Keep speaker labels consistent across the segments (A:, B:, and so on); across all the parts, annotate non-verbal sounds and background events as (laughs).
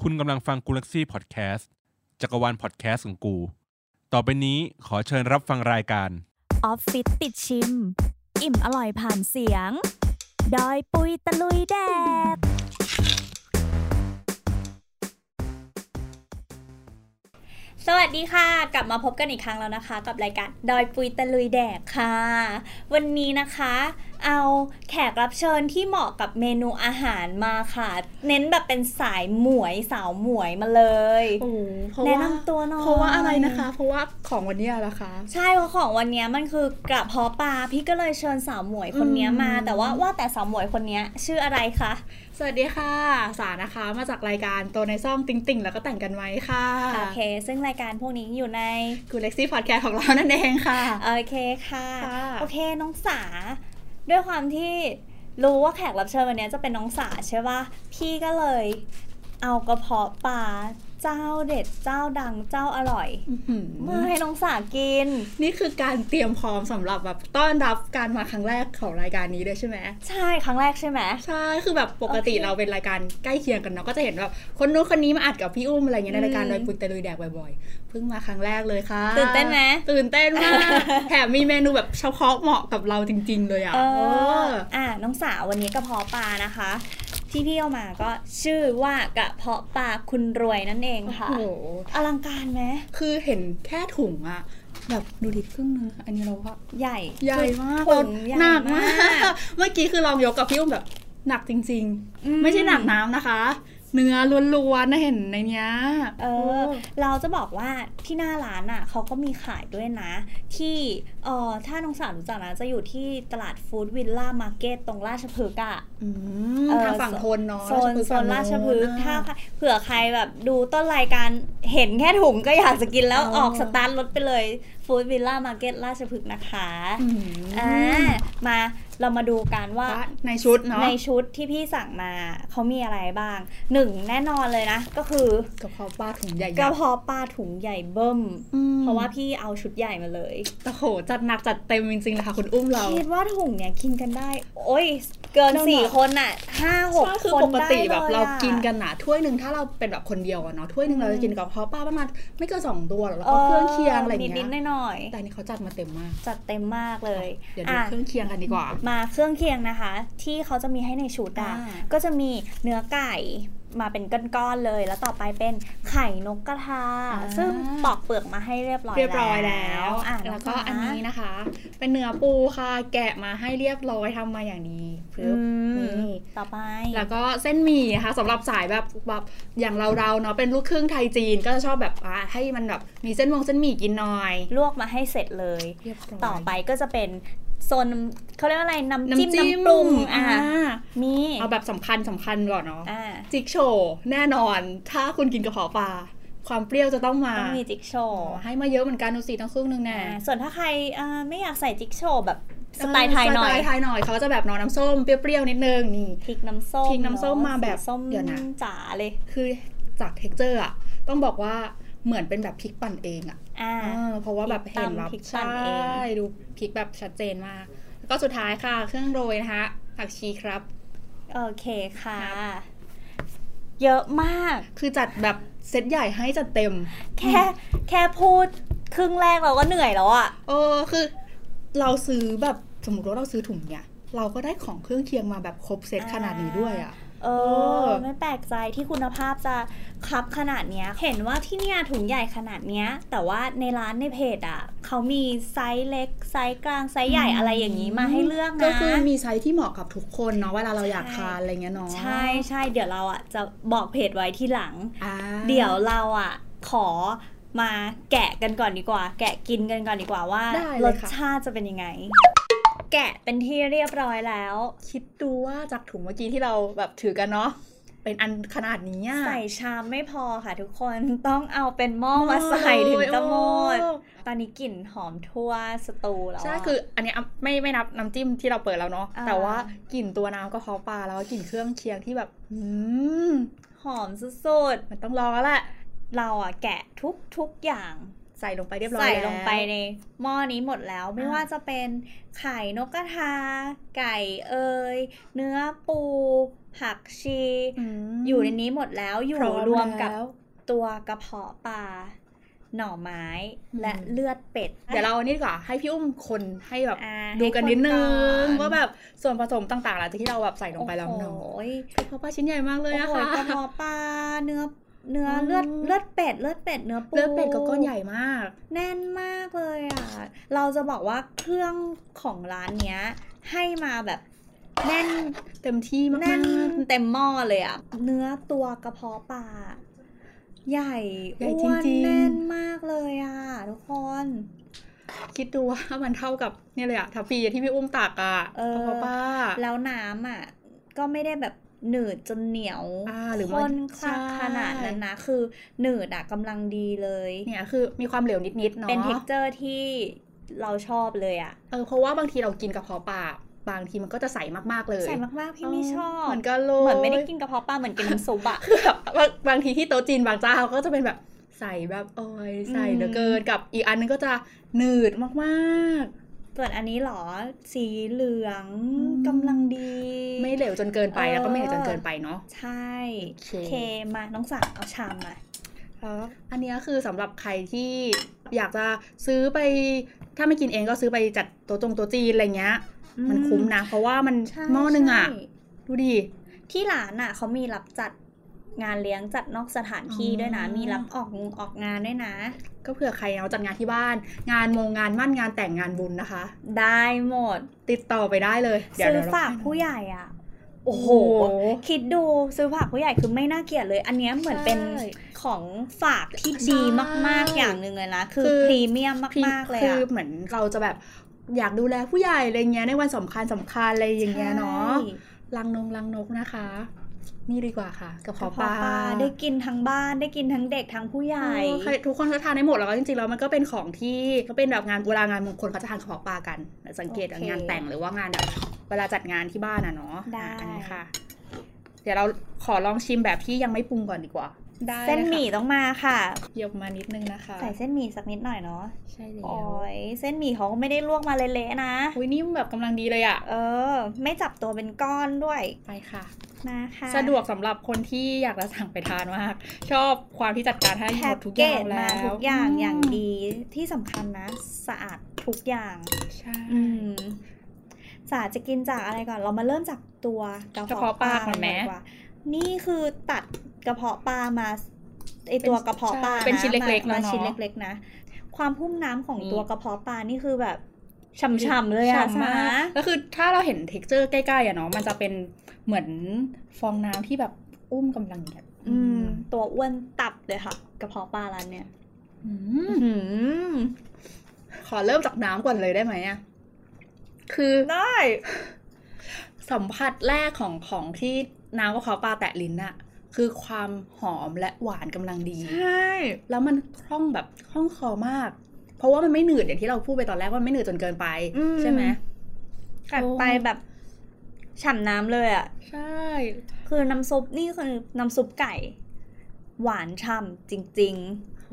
A: คุณกำลังฟังกูลักซี่พอดแคสต์จักรวาลพอดแคสต์ของกู ต่อไปนี้ขอเชิญรับฟังรายการ
B: ออฟฟิศติดชิม อิ่มอร่อยผ่านเสียง ดอยปุยตะลุยแดด
C: สวัสดีค่ะ กลับมาพบกันอีกครั้งแล้วนะคะ กับรายการดอยปุยตะลุยแดกค่ะ วันนี้นะคะ เอาแขกรับเชิญที่เหมาะกับเมนูอาหารมาค่ะ เน้นแบบเป็นสายหมวยสาวหมวยมาเลย
D: โอ้โหเพรา
C: แนะ
D: ว่าน
C: ำตัวหน่อย
D: เพราะว่าอะไรนะคะ เพราะว่าของวันนี้อะไรคะ
C: ใช่เพราะของวันเนี้ยมันคือกระเพาะปลาพี่ก็เลยเชิญสาวหมวยคนเนี้ยมา
D: อืม
C: แต่ว่าว่าแต่สาวหมวยคนเนี้ยชื่ออะไรคะ
D: สวัสดีค่ะ สานะคะ มาจากรายการตัวในซ่องติ่งติ่งแล้วก็แต่งกันไว้ค่ะ
C: โอเค ซึ่งรายการพวกนี้อยู่ใน
D: กูเล็กซี่พอดแคสต์ของเรานั่นเองค่ะ
C: โอเคค่ะ
D: ค่ะ
C: โอเคน้องสา ด้วยความที่รู้ว่าแขกรับเชิญวันนี้จะเป็นน้องสาใช่ปะพี่ก็เลยเอากระเพาะปลาเจ้าเด็ดเจ้าดังเจ้าอร่อย
D: อื้อหือ
C: มาให้น้องสากิน
D: นี่คือการเตรียมพร้อมสำหรับแบบต้อนรับการมาครั้งแรกของรายการนี้ด้วยใช่ไหม
C: ใช่ครั้งแรกใช่ไหม
D: ใช่คือแบบปกติ
C: โอเค
D: เราเป็นรายการใกล้เคียงกันเนาะก็จะเห็นแบบคนนู้นคนนี้มาอัดกับพี่อุ้มอะไรเงี้ยในรายการ
C: อืม
D: โดยปุยตะลุยแดกบ่อยๆเพิ่งมาครั้งแรกเลยค่ะ
C: ตื่นเต้นไหม
D: ตื่นเต้นมากแถมมีเมนูแบบเฉพาะเหมาะกับเราจริง ๆ เลยอ่ะ
C: เอ
D: เอ
C: อ
D: อ
C: อ่ะน้องสาววันนี้กระเพาะปลานะคะ ที่พี่เอามาก็ชื่อว่ากระเพาะปลาคุณรวยนั่นเองค่ะ
D: โอ้โห
C: อลังการไหม
D: คือเห็นแค่ถุงอะแบบดูดิครึ่งนึงอันนี้เราว่า
C: ใหญ่
D: ใหญ่มาก
C: ถุง
D: เรา
C: ใญ่
D: หนัก
C: มาม
D: าก ก เมื่อกี้คือลองยกกับพี่อุ้มแบบหนักจริง
C: อืม
D: ๆ ไม่ใช่หนักน้ำนะคะ เนื้อล้วนๆนะเห็นในเนี้ย
C: เออเราจะบอกว่าที่หน้าร้านอ่ะเขาก็มีขายด้วยนะ ที่เออถ้าน้องสาวรู้จักนะจะอยู่ที่ตลาดฟู้ดวิลล่ามาร์เก็ตตรงราชพฤกษ์อ่ะ
D: อืม
C: เออ
D: ทางฝั่งทนเนาะ
C: โซน
D: พฤกษ์
C: โซนราชพฤกษ์
D: ฝั่งโน้น
C: ถ้าใครเผื่อใครแบบดูต้นรายการเห็นแค่ถุงก็อยากจะกินแล้ว
D: อ๋อ
C: ออกสตาร์ทรถไปเลยฟู้ดวิลล่ามาร์เก็ตราชพฤกษ์นะคะ
D: อืม
C: อ่ามาเรามาดูกันว่า
D: ว่าในชุดเนาะ
C: ในชุดที่พี่สั่งมาเขามีอะไรบ้างหนึ่งแน่นอนเลยนะ ก็คือก
D: ระเพาะปลาถุงใหญ่ๆ
C: กระเพาะปลาถุงใหญ่เบิ้ม
D: อืม
C: เพราะว่าพี่เอาชุดใหญ่มาเลย
D: โอ้โหจัดหนักจัดเต็มจริงๆเลยค่ะคุณอุ้มเรา
C: คิดว่าถุงเนี่ยกินกันได้ โอ้ย เกิน
D: เรา
C: สี่คนอ่ะห้าหก
D: ใช่คือ
C: คน
D: ปกติ
C: ได้ลย
D: แบบเรา
C: อะ
D: กินกันนะถ้วยหนึ่งถ้าเราเป็นแบบคนเดียวอะเนาะถ้วยหนึ่ง
C: อืม
D: เราจะกินกับเพราะป้าประมาณไม่เกินสองตัวหรอกแล้วก็เครื่องเคียงอะไรอย่าง
C: นิด
D: เงี้
C: ๆ
D: ย
C: หน่อย
D: แต่อันนี่เขาจัดมาเต็มมาก
C: ๆจัดเต็มมากเลย
D: เดี๋ยวดู
C: อ่ะ
D: เครื่องเคียงกันดีกว่า
C: มาเครื่องเคียงนะคะ ที่เขาจะมีให้ในชุดอ่ะ
D: อ่า
C: ก็จะมีเนื้อไก่มาเป็นก้อนๆเลย แล้วต่อไปเป็นไข่นกกระทา ซึ่งปอกเปลือกมาให้เรียบร้อย
D: เรียบร้อยแล้ว
C: อ่ะ
D: แล้วก็
C: งฟ้า
D: อันนี้นะคะ เป็นเนื้อปูค่ะ แกะมาให้เรียบร้อยทำมาอย่างดี
C: อื
D: ปึ๊บ
C: ม
D: นี่
C: ต่อไป
D: แล้วก็เส้นหมี่นะคะสำหรับสายแบบแบบอย่างเราเราๆเนาะเป็นลูกครึ่งไทยจีนก็จะชอบแบบอ่ะให้มันแบบมีเส้นวงเส้นหมี่กินหน่อย
C: ลวกมาให้เสร็จเลย
D: เรียบร้อย
C: ต่อไปก็จะเป็นโซนเขาเรียกว่าอะไรน้ำจิ้ม
D: น้ำจิ้ม
C: น้ำปรุง
D: อ่ะ
C: อ่ะมี
D: เอาแบบสำคัญสำคัญก่อนเนาะ
C: อ่า
D: จิกโชว์แน่นอน ถ้าคุณกินกระเพาะปลาความเปรี้ยวจะต้องมา
C: ต้องมีจิ๊กโช
D: อ๋อ
C: ว์
D: ให้มาเยอะเหมือนกันดูสิทั้งครึ่งหนึงแน่
C: อ่าส่วนถ้าใครอ่าไม่อยากใส่จิ๊กโชว์แบบสไตล์ไทยหน่อ
D: ส
C: ย
D: ไตล์ไทยหน่อยเขาจะแบบเนอนน้ำส้มเปรี้ยวๆนิดนึงนี่
C: พริกน้ำส้ม
D: พริกน้ำส้ม
C: เอะ
D: มาแบบ
C: สีส้ม
D: เดี๋ยวนะ
C: จ๋าเลย
D: คือจากเท็กเจอร์อะต้องบอกว่าเหมือนเป็นแบบพริกปั่นเองอะ
C: อ่า
D: เออเพราะว่าแบบเห็นแบบ
C: พริก
D: ใช
C: ตำพริกปั่นเอง
D: ่ดูพริกแบบชัดเจนมากแล้วก็สุดท้ายค่ะ เครื่องโรยนะคะผักชีครับ
C: โอเคค่ะ
D: ครับ
C: เยอะมาก
D: คือจัดแบบเซตใหญ่ให้จัดเต็ม
C: แค่แค่พูดครึ่งแรกเราก็เหนื่อยแล้วอ่ะ
D: เออคือเราซื้อแบบสมมติว่าเราซื้อถุงเนี่ย เราก็ได้ของเครื่องเคียงมาแบบครบเซต
C: อ่า
D: ขนาดนี้ด้วยอะ่ะ
C: เออ
D: อ
C: ไม่แปลกใจที่คุณภาพจะครับขนาดเนี้ย เห็นว่าที่เนี่ยถุงใหญ่ขนาดเนี้ย แต่ว่าในร้านในเพจอ่ะเขามีไซส์เล็ก ไซส์กลาง ไซส์ใหญ่อะไรอย่างนี้มาให้เลือกนะ
D: ก็คือมีไซส์ที่เหมาะกับทุกคนเนาะเวลาเราอยาก
C: ใช่
D: ทานอะไรเงี้ยเนาะ
C: ใช่ใช่เดี๋ยวเราอ่ะจะบอกเพจไว้ที่หลัง
D: อ่า
C: เดี๋ยวเราอ่ะขอมาแกะกันก่อนดีกว่า แกะกินกันก่อนดีกว่าว่า
D: ได้
C: ร
D: เลย
C: ส
D: ค่ะ
C: ชาติจะเป็นยังไง แกะเป็นที่เรียบร้อยแล้ว
D: คิดดูว่าจากถุงเมื่อกี้ที่เราแบบถือกันเนาะเป็นอันขนาดนี้อะ
C: ใส่ชามไม่พอค่ะทุกคน (laughs) ต้องเอาเป็นหม้อมาใส่ถึงจะหมด
D: โอ้ย
C: ตอนนี้กลิ่นหอมทั่วสตูแล้ว
D: ใช่คืออันเนี้ยไม่ไม่นับน้ำจิ้มที่เราเปิดแล้วเนาะ
C: อ่า
D: แต่ว่ากลิ่นตัวน้ำกระเพาะปลาแล้วก็กลิ่นเครื่องเคียงที่แบบอืม
C: หอมสุด
D: มันต้องลองแล้วแหละ
C: ๆ เราอ่ะแกะทุกทุกๆอย่าง
D: ใส่ลงไปเรียบร้อย
C: ใส่
D: แว
C: ลงไปในหม้อนี้หมดแล้ว ไม่ว่าจะเป็นไข่นกกระทา ไก่เอ่ยเนื้อปู ผักชี
D: อืม
C: อยู่ในนี้หมดแล้วอยู่
D: พอ
C: รวมกับ
D: แล้ว
C: ตัวกระเพาะปลาหน่อไม้
D: อืม
C: และเลือดเป็ด
D: เดี๋ยวเราอันนี้ดีกว่าให้พี่อุ้มคนให้แบบ
C: อ่า
D: ดูกันนิดนึ
C: ให้ค
D: ง
C: ก่อน
D: ว่าแบบส่วนผสมต่างๆหลังจากที่เราแบบใส่ลงไปแล้วเนาะ
C: โอ้ย
D: กระเพาะปลาชิ้นใหญ่มากเลย
C: โอ้
D: นะ
C: โห
D: คะ
C: กระเพาะปลาเนื้อเนื้ออ
D: ม
C: เลือดเลือดเป็ดเลือดเป็ดเนื้อปู
D: เลือดเป็ดก็ก้อนใหญ่มาก
C: แน่นมากเลยอ่ะ เราจะบอกว่าเครื่องของร้านเนี้ย ให้มาแบบแน่น
D: เต็มที่มา
C: แน่น
D: ก
C: เต็มหม้อเลยอ่ะ เนื้อตัวกระเพาะปลาใหญ่
D: ใหญ่
C: อ้วน
D: จริงๆ
C: แน่นมากเลยอ่ะ ทุกคน
D: ๆคิดดูว่ามันเท่ากับเนี่ยเลยอะทัฟฟีที่พี่อุ้มตักอะ
C: เออ
D: กระเพาะปลา
C: แล้วน้ำอ่ะ ก็ไม่ได้แบบหนืดจนเหนียว
D: อ่าหรือว่า
C: ข้นค
D: ใช่
C: ลักขนาดนั้นนะ คือหนืดอ่ะกำลังดีเลย
D: เนี่ยคือมีความเหลวนิดๆเนาะ
C: เป็นเท็กเจอร์ที่เราชอบเลยอ่ะ
D: เออเพราะว่าบางทีเรากินกระเพาะปลาบางทีมันก็จะใสมากๆเลย
C: ใส่มากๆพี่ไม่ชอบ
D: เหมือนกันเลย
C: เหมือนไม่ได้กินกระเพาะปลาเหมือนกินน้ำซุปอะ
D: คือแบบบางบางทีที่โต๊ะจีนบางเจ้าก็จะเป็นแบบใส่แบบโอ้ยใส่เหลือเกินกับอีกอันนึงก็จะหนืดมาก
C: ส่วนอันนี้หรอ สีเหลืองกำลังดี
D: ๆ ไม่เหลวจนเกินไป
C: เออ
D: แล้วก็ไม่เหลวจนเกินไปเนาะ
C: ใช่
D: โอเค
C: เคมาน้องสังเอาชามมา
D: อันเนี้ยคือสำหรับใครที่อยากจะซื้อไป ถ้าไม่กินเองก็ซื้อไปจัดโต๊ะจงโต๊ะจีนอะไรเงี้ย
C: มั
D: มันคุ้มนะ เพราะว่ามันหม้อนึงอ่ะ ดูดิ
C: ที่ร้านอะเขามีรับจัดงานเลี้ยงจัดนอกสถานที่
D: อ๋อ
C: ด้วยนะ มีรับออกงงออกงานด้วยนะ
D: ก็เผื่อใครเอาจัดงานที่บ้าน งานมงงานมั่นงานแต่งงานบุญนะคะ
C: ได้หมด
D: ติดต่อไปได้เลยเดี๋ยว
C: ซื้อ
D: เดี๋ยวเร
C: ฝาก
D: ให้นะ
C: ผู้ใหญ่อะ
D: โอ้
C: โอ้
D: โห
C: โห คิดดูซื้อฝากผู้ใหญ่คือไม่น่าเกลียดเลย อันเนี้ยเหมือนเป็น
D: ใช่
C: ของฝากที่
D: ใช่
C: ดีมากๆอย่างหนึ่งเลยนะ คือ
D: คือ
C: พรีเมียมมากๆเลย
D: คือ
C: อะ
D: เหมือนเราจะแบบอยากดูแลผู้ใหญ่อะไรเงี้ยในวันสำคัญสำคัญอะไรอย่างเงี้ยเนาะ
C: ใช่
D: ลังนงลังนกนะคะ นี่ดีกว่าค่ะกับข
C: ก
D: อ
C: ระ
D: ปลา
C: เพาะปลาได้กินทั้งบ้านได้กินทั้งเด็กทั้งผู้ให
D: เอ
C: ญ่
D: อใครทุกคนเขาทานได้หมดแล้วก็จริงๆแล้วมันก็เป็นของที่ก็เป็นแบบงานเวลางานมงคลเขาจะทานกระเพาะปลากัน สังเกต
C: โอเค
D: งานแต่งหรือว่างานแบบเวลาจัดงานที่บ้านอะเนาะ
C: ได้
D: อ่ะอันนี้ค่ะ เดี๋ยวเราขอลองชิมแบบที่ยังไม่ปรุงก่อนดีกว่า
C: เส้น
D: ลยค่ะ
C: หมี่ต้องมาค่ะ
D: เหยยบมานิดนึงนะคะ
C: ใส่เส้นหมี่สักนิดหน่อยเนาะ
D: ใช่แล้
C: โอ้
D: วย
C: เส้นหมี่เขาก็ไม่ได้ลวกมาเละๆนะ
D: อุ้ยนี่มันแบบกำลังดีเลยอะ
C: เออ ไม่จับตัวเป็นก้อนด้วย
D: ไปค่ะ
C: มาค่ะ
D: สะดวกสำหรับคนที่อยากจะสั่งไปทานมาก ชอบความที่จัดการให้ห
C: แพ็
D: ม
C: ก
D: ดทุกอ
C: เก
D: ย่าง
C: จ
D: แล้
C: มาว ทุกอย่าง
D: ม
C: อย่างดีที่สำคัญนะ สะอาดทุกอย่าง
D: ใช่
C: อืมสาจะกินจากอะไรก่อน เรามาเริ่มจากตัวกระ
D: กระเพาะ
C: เพาะ
D: ป
C: ป
D: ลา
C: ลา
D: ก่อนไหม
C: ดีกว่านี่คือตัดกระเพาะปลามาไอตัวกระเพาะปลา
D: ใช่เป็นชิ้นเล็กๆ
C: มามา
D: แล้วเนาะ
C: ชิ้นเล็ก ๆ นะ ความพุ่มน้ำของ
D: นี่
C: ตัวกระเพาะปลานี่คือแบบฉ่ำๆเลยอะ
D: ฉ่ำมาก แล้วคือถ้าเราเห็น t e x t อร์ใกล้ๆอะเนาะมันจะเป็นเหมือนฟองน้ำที่แบบอุ้มกำลังแบบ
C: อืม ตัวอ้วนตับเลยค่ะ กระเพาะปลาร้านเนี่ย
D: อืม
C: หืม
D: ขอเริ่มจากน้ำก่อนเลยได้ไหมอะคือ
C: ได้
D: สัมผัสแรกของของที่น้ำกระเพาะปลาแตะลิ้นอะคือความหอมและหวานกำลังดี
C: ใช่
D: แล้วมันคล่องแบบคล่องคอมาก เพราะว่ามันไม่หนืดอย่างที่เราพูดไปตอนแรกว่ามันไม่หนืดจนเกินไป ใช่ไหม
C: กัดไป
D: โอ้
C: แบบฉ่ำน้ำเลยอะ
D: ใช่
C: คือน้ำซุปนี่คือน้ำซุปไก่ หวานฉ่ำจริง
D: โห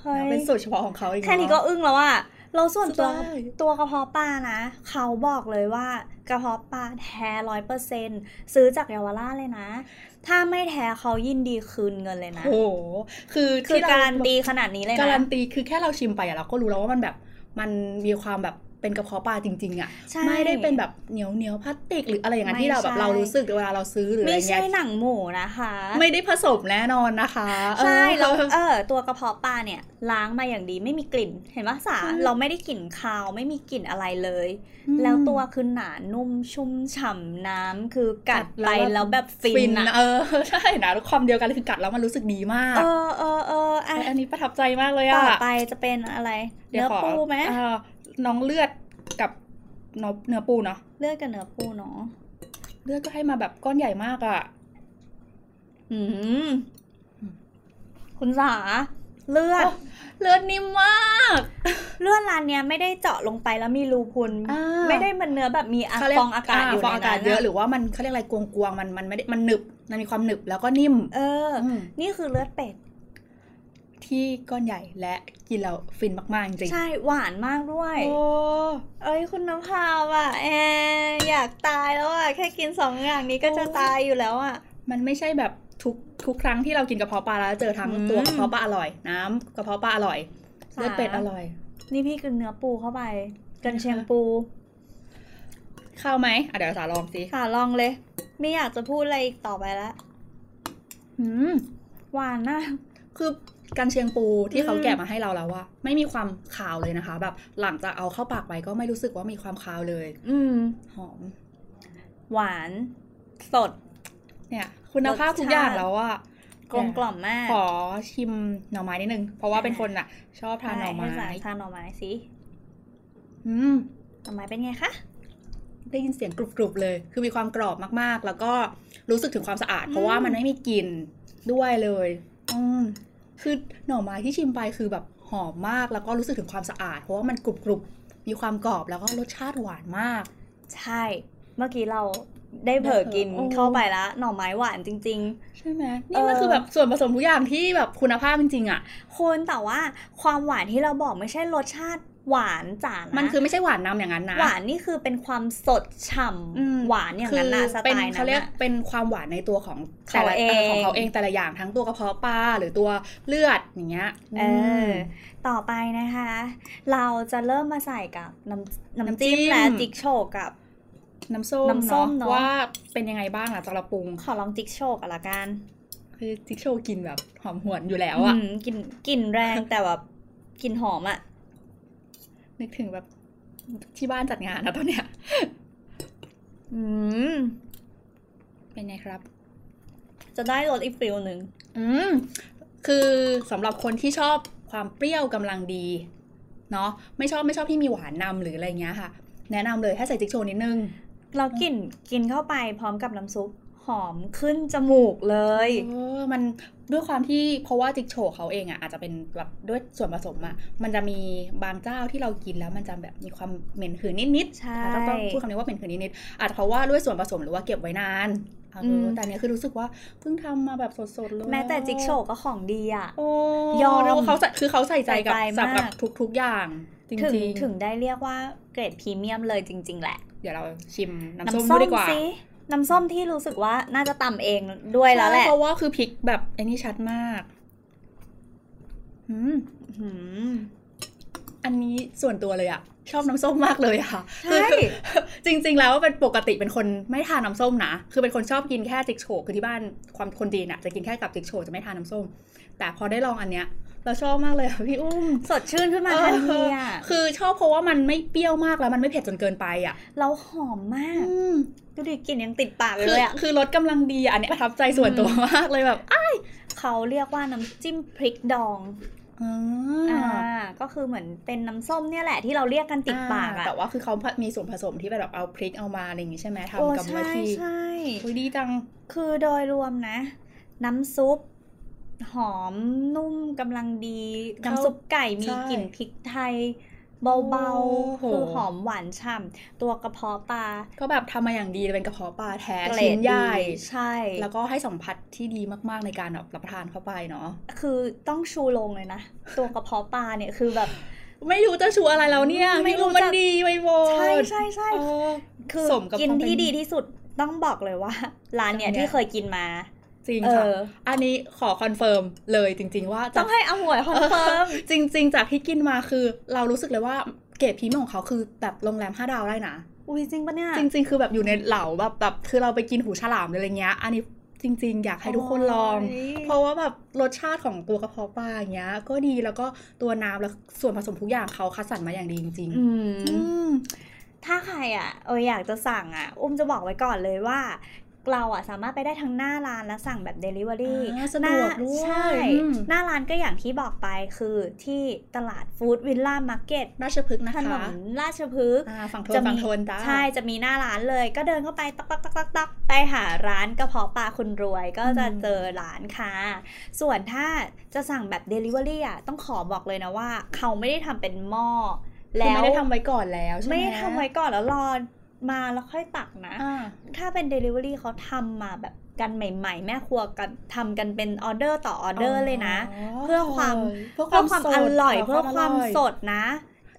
C: เฮ้ย
D: เป็นสูตรเฉพาะของเขา
C: ๆ
D: อีกเอะ
C: แค่นี้ก็อึ้งแล้วอะเราส่วนตัว
D: ใช่
C: ตัวกระเพาะปลานะ เขาบอกเลยว่ากระเพาะปลาแท้ร้อยเปอร์เซ็นซื้อจากเยาวราชเลยนะ ถ้าไม่แท้เขายินดีคืนเงินเลยนะ
D: โอ้โหคือ
C: คือ
D: ที่เ
C: การันตีขนาดนี้เลย
D: การั
C: นะ
D: นตีคือแค่เราชิมไปอะเราก็รู้แล้วว่ามันแบบมันมีความแบบเป็นกระเพาะปลาจริงๆอะ
C: ใช่
D: ไม่ได้เป็นแบบเหนียวเหนียวๆพลาสติกหรืออะไรอย่างนั้น
C: ไม่
D: ที่เราแบบ
C: ใช่
D: เรารู้สึกเวลาเราซื้อหรืออะไร
C: ไม่ใช่
D: เงี้ย
C: หนังหมูนะคะ
D: ไม่ได้ผสมแน่นอนนะคะ
C: ใช่
D: เอ
C: แล้ว
D: อ
C: เออตัวกระเพาะปลาเนี่ย ล้างมาอย่างดีไม่มีกลิ่น เห็นปะสา
D: ใช่
C: เราไม่ได้กลิ่นคาวไม่มีกลิ่นอะไรเลย
D: อืม
C: แล้วตัวคือหนานุ่มชุ่มฉ่ำน้ำคือกัดไป
D: กัดแล้ว
C: แล้วแบบฟิ
D: ฟิ
C: น
D: น
C: อะ
D: เออ (laughs) ใช่นะแล้วความเดียวกันเลยคือกัดแล้วมันรู้สึกดีมาก
C: เออเออเอออ่ะ
D: อันนี้ประทับใจมากเลยอะ
C: ต่อไปจะเป็นอะไร เนื้อปูไหม
D: เอ่อน้องเลือดกับเนื้อเนื้อปูเนาะ
C: เลือดกับเนื้อปูเนาะ
D: เลือดก็ให้มาแบบก้อนใหญ่มากอะ่ะ
C: อืมคุณสาเลือด
D: โอ้ เลือดนิ่มมาก
C: เลือดร้านเนี้ยไม่ได้เจาะลงไปแล้วมีรูพุน ไม่ได้มันเนื้อแบบมีอะ
D: เขาเรีย
C: ฟองอากาศอยู่ใน
D: ฟองอา
C: นั้
D: กาศ
C: น
D: เยอะห
C: อะ
D: รือว่ามันเขาเรียกอะไรกวงกวงๆมันมันไม่ได้มันหนึบมันมีความหนึบแล้วก็นิ่ม
C: เออ
D: อืม
C: นี่คือเลือดเป็ด
D: ที่ก้อนใหญ่และกินแล้วฟินมากๆจริงๆ
C: ใช่หวานมากด้วย
D: โอ้
C: เอ้ยคุณน้ำพาวอ่ะแอร์อยากตายแล้วอ่ะ แค่กินสองอย่างนี้ก็จะตายอยู่แล้วอ่ะ
D: มันไม่ใช่แบบทุกทุกครั้งที่เรากินกระเพาะปลาแล้วเจอทั้ง
C: อืม
D: ตัวกระเพาะปลาอร่อย น้ำกระเพาะปลาอร่อยเลือดเป็ดอร่อย
C: นี่พี่กินเนื้อปูเข้าไปกันเชียงปู
D: เข้าไหมอ่ะเดี๋ยวสาลองสิ
C: ค่ะลองเลย ไม่อยากจะพูดอะไรอีกต่อไปแล้ว
D: อืม
C: หวานนะ
D: คือการเชียงปูที่เขา
C: อืม
D: แกะมาให้เราแล้วว่าไม่มีความคาวเลยนะคะ แบบหลังจากเอาเข้าปากไปก็ไม่รู้สึกว่ามีความคาวเลย
C: อืม
D: หอม
C: หวานสด
D: เนี่ยคุณภาพทุกอย่างแล้วอะ
C: กลมกล่อมมาก
D: ขอชิมหน่อไม้นิดนึง เพราะว่าเป็นคนอะชอบทานหน่อไม้
C: ใใสารทานหน่อไม้สิ
D: อืม
C: หน่อไม้เป็นไงคะ
D: ได้ยินเสียงกรุบๆเลย คือมีความกรอบมากๆ แล้วก็รู้สึกถึงความสะอาด เพราะว่ามันไม่มีกลิ่นด้วยเลยอืมคือหน่อไม้ที่ชิมไปคือแบบหอมมากแล้วก็รู้สึกถึงความสะอาด เพราะว่ามันกรุบๆมีความกรอบแล้วก็รสชาติหวานมาก
C: ใช่ เมื่อกี้เราได้เผลอกิน
D: ได้เผลอ
C: เข้าไปละหน่อไม้หวานจริง
D: ใช่ไหม
C: เอ
D: นี่
C: อ
D: มันคือแบบส่วนผสมทุกอย่างที่แบบคุณภาพจริงๆอ่ะ
C: ๆคนแต่ว่าความหวานที่เราบอกไม่ใช่รสชาติหวานจ๋านะ
D: มันคือไม่ใช่หวานนำอย่างนั้นนะ
C: หวานนี่คือเป็นความสดฉ่
D: อืม
C: ำหวานอย่างนั้นนะสไต
D: เป็น
C: ล์นั้
D: เขา
C: น
D: เรียก
C: นะ
D: เป็นความหวานในตัวของ
C: เขา
D: แต่ละ
C: เอง
D: ของเขาเองแต่ละอย่างทั้งตัวกระเพาะปลาหรือตัวเลือดอย่างเงี้ย
C: เออ
D: ม
C: ต่อไปนะคะ เราจะเริ่มมาใส่กับน้ำน้ำ
D: น้ำจิ้
C: จิ้
D: ม
C: มและจิกโชกกับ
D: น้ำส้ม
C: น้ำส้มเนอะ
D: ว่าเป็นยังไงบ้างหลังจากเราปรุง
C: ขอลองจิกโชกกันละกัน
D: คือจิ๊กโชว์กินแบบหอมหวนอยู่แล้วอะ
C: อืมกลิ่นกลิ่นแรงแต่แบบกลิ่นหอมอะ
D: นึกถึงแบบที่บ้านจัดงานนะตอนเนี้ย
C: อืม
D: เป็นไงครับ
C: จะได้รสอีกฟิลหนึ่ง
D: อืมคือสำหรับคนที่ชอบความเปรี้ยวกำลังดี เนาะไม่ชอบไม่ชอบที่มีหวานนำหรืออะไรเงี้ยค่ะ แนะนำเลยให้ใส่จิ๊กโชว์นิดนึง
C: เรากลิ่นกินเข้าไปพร้อมกับน้ำซุปหอมขึ้นจมูกเลย
D: เออมันด้วยความที่เพราะว่าจิกโฉเขาเองอ่ะอาจจะเป็นแบบด้วยส่วนผสมอ่ะมันจะมีบางเจ้าที่เรากินแล้วมันจะแบบมีความเหม็นหืนนิดๆ
C: ใช่
D: เราต้องพูดคำนี้ว่าเหม็นหืนนิดๆอาจจะเพราะว่าด้วยส่วนผสมหรือว่าเก็บไว้นานเอออ
C: ม
D: แต่อันเนี้ยคือรู้สึกว่าเพิ่งทำมาแบบสดๆเลย
C: แม้แต่จิกโชก็ของดีอะ
D: โอ้
C: ยอม
D: แล้วเขาใส่คือเขาใส่ใจกับ
C: ใส่ใจมาก
D: สำหรับทุกๆอย่างจริ
C: ถึง
D: งๆ
C: ถึงได้เรียกว่าเกรดพรีเมียมเลยจริง ๆ แหละ
D: เดี๋ยวเราชิมน้ำส้มด้วยดีกว่า
C: น้ำส้มสิน้ำส้มที่รู้สึกว่าน่าจะตำเองด้วยแล้วแหละ
D: ใช่เพราะว่าคือพริกแบบไอ้นี่ชัดมากอืม
C: หืม
D: อันนี้ส่วนตัวเลยอะชอบน้ำส้มมากเลยอะค่ะ
C: ใช่
D: คือคือจริง ๆ แล้วเป็นปกติเป็นคนไม่ทานน้ำส้มนะคือเป็นคนชอบกินแค่จิกโฉคือที่บ้านความคนจีนอะจะกินแค่กับจิกโฉจะไม่ทานน้ำส้ม แต่พอได้ลองอันเนี้ยเราชอบมากเลยอะพี่อุ้ม
C: สดชื่นขึ้นมา
D: เออ
C: ทันทีอ่ะ
D: คือชอบเพราะว่ามันไม่เปรี้ยวมากแล้วมันไม่เผ็ดจนเกินไปอะ
C: เราหอมมาก
D: อืม
C: ดูดิกลิ่นยังติดปากอยู่
D: คือ
C: เลยอ่ะ
D: คือรสกำลังดีอะอันเนี้ยประทับใจส่วนตัวมากเลยแบบอ่ะ
C: เขาเรียกว่าน้ำจิ้มพริกดองอ่าก็คือเหมือนเป็นน้ำส้มเนี่ยแหละที่เราเรียกกันติดปากอ่ะ
D: แต่ว่าคือเขามีส่วนผสมที่แบบเอาพริกเอามาอะไรอย่างงี้ใช่ไหม
C: โอ้
D: ทำกับมะ
C: ใช่
D: ที
C: ใช่
D: อุ๊ยดีจัง
C: คือโดยรวมนะ น้ำซุป หอมนุ่มกำลังดี
D: เข้า
C: น้ำซุปไก่มี
D: ใช่
C: กลิ่นพริกไทย เบา
D: โอ้
C: ๆ
D: โห
C: คือหอมหวานฉ่ำตัวกระเพาะปลา
D: ก็แบบทำมาอย่างดีเลยเป็นกระเพาะปลาแท้
C: เกร
D: ชิ้
C: ด
D: นให
C: ดี
D: ญ่
C: ใช่
D: แล้วก็ให้สัมผัสที่ดีมากๆในการแบบรับประทานเข้าไปเนาะ
C: คือต้องชูโรงเลยนะ ตัวกระเพาะปลาเนี่ยคือแบบ
D: ไม่รู้จะชูอะไรแล้วเนี่ย
C: ไม่
D: พี่
C: รู้
D: อุ้
C: จะ
D: มมันดีไปหมด
C: ใช่ใช่ใช่
D: เออ
C: คือ
D: สมกับ
C: กิน
D: ความเป็น
C: ที่ดีที่สุดต้องบอกเลยว่า ร้านเนี่ย
D: ร้านเนี้ย
C: ที่เคยกินมา
D: จริง
C: เอ
D: ค่ะ
C: อ
D: อันนี้ขอคอนเฟิร์มเลยจริง ๆ ว่า
C: ต้องให้อมวยคอนเฟิร์ม
D: จริง ๆ จากที่กินมาคือเรารู้สึกเลยว่าเกรดพรีเมียมของเขาคือแบบโรงแรมห้าดาวได้นะ
C: อุ้ยจริงปะเนี่ย
D: จริง ๆ คือแบบอยู่ในเหล่าแบบแบบคือเราไปกินหูฉลามหรืออะไรเงี้ย อันนี้จริง ๆ อยากให้ทุกคนลอง
C: โอ้ย
D: เพราะว่าแบบรสชาติของตัวกระเพาะปลาอย่างเงี้ย ก็ดีแล้วก็ตัวน้ำแล้วส่วนผสมทุกอย่างเขาคัดสรรมาอย่างดีจริง
C: อื
D: ๆอื
C: ม
D: ม
C: ถ้าใครอ่ะเอออยากจะสั่งอ่ะ อุ้มจะบอกไว้ก่อนเลยว่า เราอ่ะสามารถไปได้ทั้งหน้าร้านและสั่งแบบ Delivery
D: อ่าสะดวก
C: หน้า
D: ด้วย
C: ใช่
D: อืม
C: หน้าร้านก็อย่างที่บอกไปคือที่ตลาดฟู้ดวิลล่ามาร์เก็ต
D: ราชพฤกษ์นะ
C: ถน
D: คะ
C: นราชพฤกษ์
D: อ่าฝั่งทนฝั่งทนจ้า
C: ใช่จะมีหน้าร้านเลย ก็เดินเข้าไปตักตักตักตักตักไปหาร้านกระเพาะปลาคุณรวย ก็จะเจอร้านค่ะ ส่วนถ้าจะสั่งแบบ Delivery อ่ะต้องขอบอกเลยนะว่า เขาไม่ได้ทำเป็นหม้อ
D: คือ
C: แล้ว
D: ไม่ได้ทำไว้ก่อนแล้วใช่ไหม
C: ไม่ได้ทำไว้ก่อนแล้วรอมาแล้วค่อยตักนะ
D: อ่า
C: ถ้าเป็น Delivery เขาทำมาแบบ กันใหม่ ๆ แม่ครัวกันทำกันเป็นออเดอร์ต่อออเดอร์เลยนะ เพื่อความ
D: เพื่อค
C: เพื่
D: วา
C: อ
D: ม
C: ความ
D: สด
C: อร่อย
D: ขง
C: เพื่อความ
D: ร่ย
C: สดนะ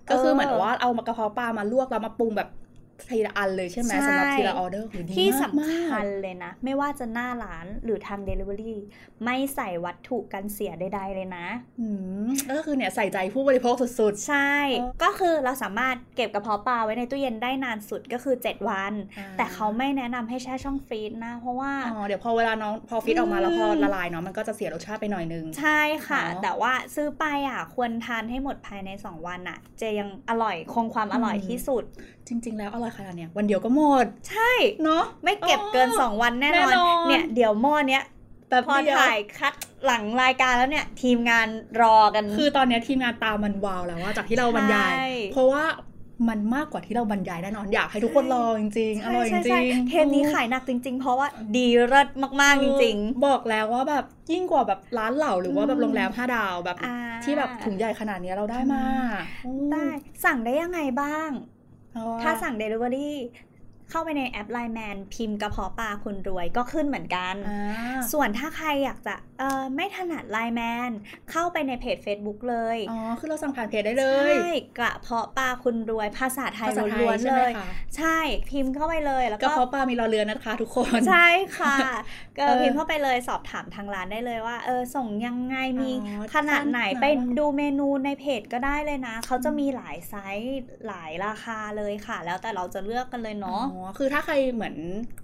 D: ก็คือเหมือนว่าเอามากระเพาะปลามาลวกแล้วมาปรุงแบบทีละอันเลยใช่ไหมสำหรับทีละออเดอร์โหดี
C: ที่
D: มาก
C: สำคั
D: มาก
C: ญเลยนะ ไม่ว่าจะหน้าร้านหรือทำเดลิเวอรี่ไม่ใส่วัตถุกันเสียใดๆเลยนะ
D: อืมก็คือเนี่ยใส่ใจผู้บริโภคสุด
C: ใช่ ก็คือเราสามารถเก็บกระเพาะปลาไว้ในตู้เย็นได้นานสุดก็คือ 7 วัน
D: อ่า
C: แต่เขาไม่แนะนำให้แช่ช่องฟรีซนะ เพราะว่า
D: ๆอ๋อเดี๋ยวพอเวลาน้องพอฟิตออกมาแล้วพอละลายเนาะมันก็จะเสียรสชาติไปหน่อยนึง
C: ใช่ค่ะ
D: เนอะ
C: แต่ว่าซื้อไปอ่ะ ควรทานให้หมดภายใน 2 วันอ่ะ จะยังอร่อยคงความอร่อย
D: อืม
C: ที่สุด
D: จริง ๆ แล้วอร่อยขนาดเนี้ยวันเดียวก็หมด
C: ใช่
D: เนาะ
C: ไม่เก็บเกิน 2 วันแน่นอน
D: แน่นอน
C: เนี่ยเดี๋ยวหม้อเนี้ย
D: แต่
C: พอถ่ายคัดหลังรายการแล้วเนี่ย ทีมงานรอกัน
D: คือตอนเนี้ยทีมงานตามมันวาวแล้วว่าจากที่เราบรรยาย
C: ใช่
D: เพราะว่ามันมากกว่าที่เราบรรยายแน่นอนอยากให้ทุกคนลองจริงๆอ
C: ใช่
D: ร่อยจ
C: ใช่
D: ริ
C: ใช่
D: ง
C: เทปนี้ขายหนักจริง ๆ เพราะว่าดีเลิศมากๆจริง ๆ
D: บอกแล้วว่าแบบยิ่งกว่าแบบร้านเหล่าหรือว่าแบบโรงแรมห้าดาวแบบ
C: อ่า
D: ที่แบบถุงใหญ่ขนาดเนี้ยเราได้มา
C: ได้ สั่งได้ยังไงบ้าง
D: อืม
C: ถ้าสั่ง Delivery เข้าไปในแอป Line Man พิมพ์กระเพาะปลาคุณรวยก็ขึ้นเหมือนกัน
D: อ่า
C: ส่วนถ้าใครอยากจะเอ่อไม่ถนัด Line Man เข้าไปในเพจ Facebook เลย
D: อ๋อ คือเราสั่งผ่านเพจได้เลย
C: ใช่กระเพาะปลาคุณรวยภาษาไทย
D: ภาษาไทย
C: ล้วนๆ
D: ใช่ไห
C: เล
D: ม
C: ย
D: คะ
C: ใช่พิมพ์เข้าไปเลยแล้ว
D: ก
C: ก็
D: ระเพาะปลามีรอเรือนะคะทุกคน
C: ใช่ค่ะก็
D: เออ
C: พิมพ์เข้าไปเลยสอบถามทางร้านได้เลยว่าเออส่งยังไงมี
D: อ๋อ
C: ขนาดไหน
D: สั้นๆ
C: ไปดูเมนูในเพจก็ได้เลยนะ เขาจะมีหลายไซส์หลายราคาเลยค่ะ แล้วแต่เราจะเลือกกันเลย
D: อ๋อ
C: เนาะ
D: คือถ้าใครเหมือน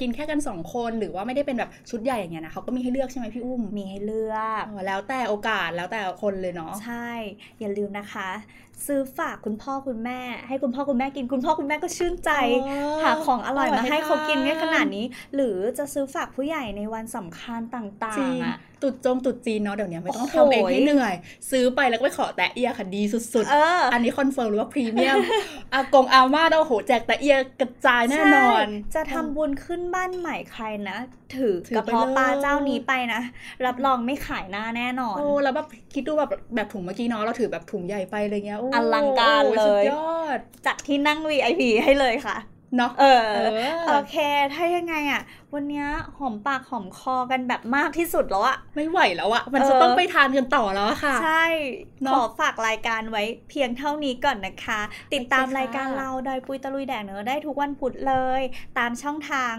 D: กินแค่กัน 2 คนหรือว่าไม่ได้เป็นแบบชุดใหญ่อย่างเงี้ยนะเขาก็มีให้เลือกใช่ไหมพี่อุ้ม
C: มีให้เลือก
D: อ๋อแล้วแต่โอกาสแล้วแต่คนเลยเนาะ
C: ใช่ อย่าลืมนะคะ ซื้อฝากคุณพ่อคุณแม่ ให้คุณพ่อคุณแม่กินคุณพ่อคุณแม่ก็ชื่นใจ
D: อ๋อ
C: หาของอร่อย
D: อร่อย
C: มา
D: ให้
C: ให้เขากิน
D: ทาน
C: ง่ายขนาดนี้ หรือจะซื้อฝากผู้ใหญ่ในวันสำคัญต่า
D: จริ
C: ง
D: ง
C: ๆอ่ะ
D: ตรุดจงตรุดจีนเนาะเดี๋ยวเนี้ยไม่ต้อง
C: โอ้
D: ทำ
C: โห
D: เองให้เหนื่อย ซื้อไปแล้วก็ไปขอแตะเอียค่ะดีสุด
C: เออ
D: ๆ อันนี้คอนเฟิร์มหรือว่าพรีเมียม อากงอาม่าเราโอ้โหแจกแตะเอียกระจายแน่นอน
C: ใช่จะทำบุญขึ้นบ้านใหม่ใครนะ ถือ
D: ถือก
C: ระเพาะ
D: ไปเลย
C: ปลาเจ้านี้ไปนะ รับรองไม่ขายหน้าแน่นอน
D: โอ้แล้วแบบคิดดูแบบแบบถุงเมื่อกี้เนาะเราถือแบบถุงใหญ่ไปเลยเงี้ยโอ้
C: อลังการเลย
D: โอ้สุดยอด
C: จัดที่นั่ง VIP ให้เลยค่ะ
D: เนาะ
C: เออ
D: เอ
C: โอ
D: อ
C: เค ถ้ายังไงอ่ะ วันเนี้ยหอมปากหอมคอกันแบบมากที่สุดแล้วอ่ะ
D: ไม่ไหวแล้วอะมัน
C: เออ
D: จะต้องไปทานกันต่อแล้วอะค่ะ
C: ใช่
D: เน
C: ขอ
D: อะ
C: ฝากรายการไว้เพียงเท่านี้ก่อนนะคะ ติดตาม
D: โอเคค่ะ
C: รายการเราดอยปุยตะลุยแดกเนื้อะได้ทุกวันพุธเลย ตามช่องทาง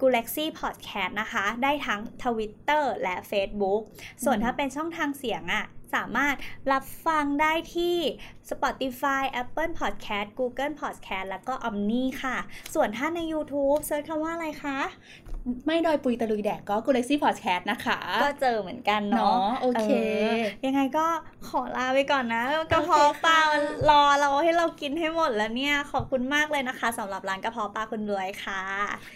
C: g a l a x y Podcast นะคะ ได้ทั้ง Twitter และ Facebook ส่วนถ้าเป็นช่องทางเสียงอะสามารถรับฟังได้ที่ Spotify Apple Podcast Google Podcast แล้วก็ Omni ค่ะ ส่วนถ้าใน YouTube เซิร์ชคำว่าอะไรคะ
D: ไม่ดอยปุยตะลุยแดกก็กูเล็กซี่พอดแคสต์นะคะ
C: ก็เจอเหมือนกัน
D: เนาะ
C: เนาะ
D: โอเค
C: ออยังไงก็ขอลาไปก่อนนะกระเพาะ
D: โอเคค่ะ
C: ปลามันรอเราให้เรากินให้หมดแล้วเนี่ย ขอบคุณมากเลยนะคะสำหรับร้านกระเพาะปลาคุณรวยค่ะ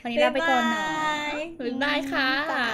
D: วันนี้ลาไปก่อน
C: บ๊า
D: เนาะ
C: ยบาย
D: บ๊ายบายค่ะ
C: จ้า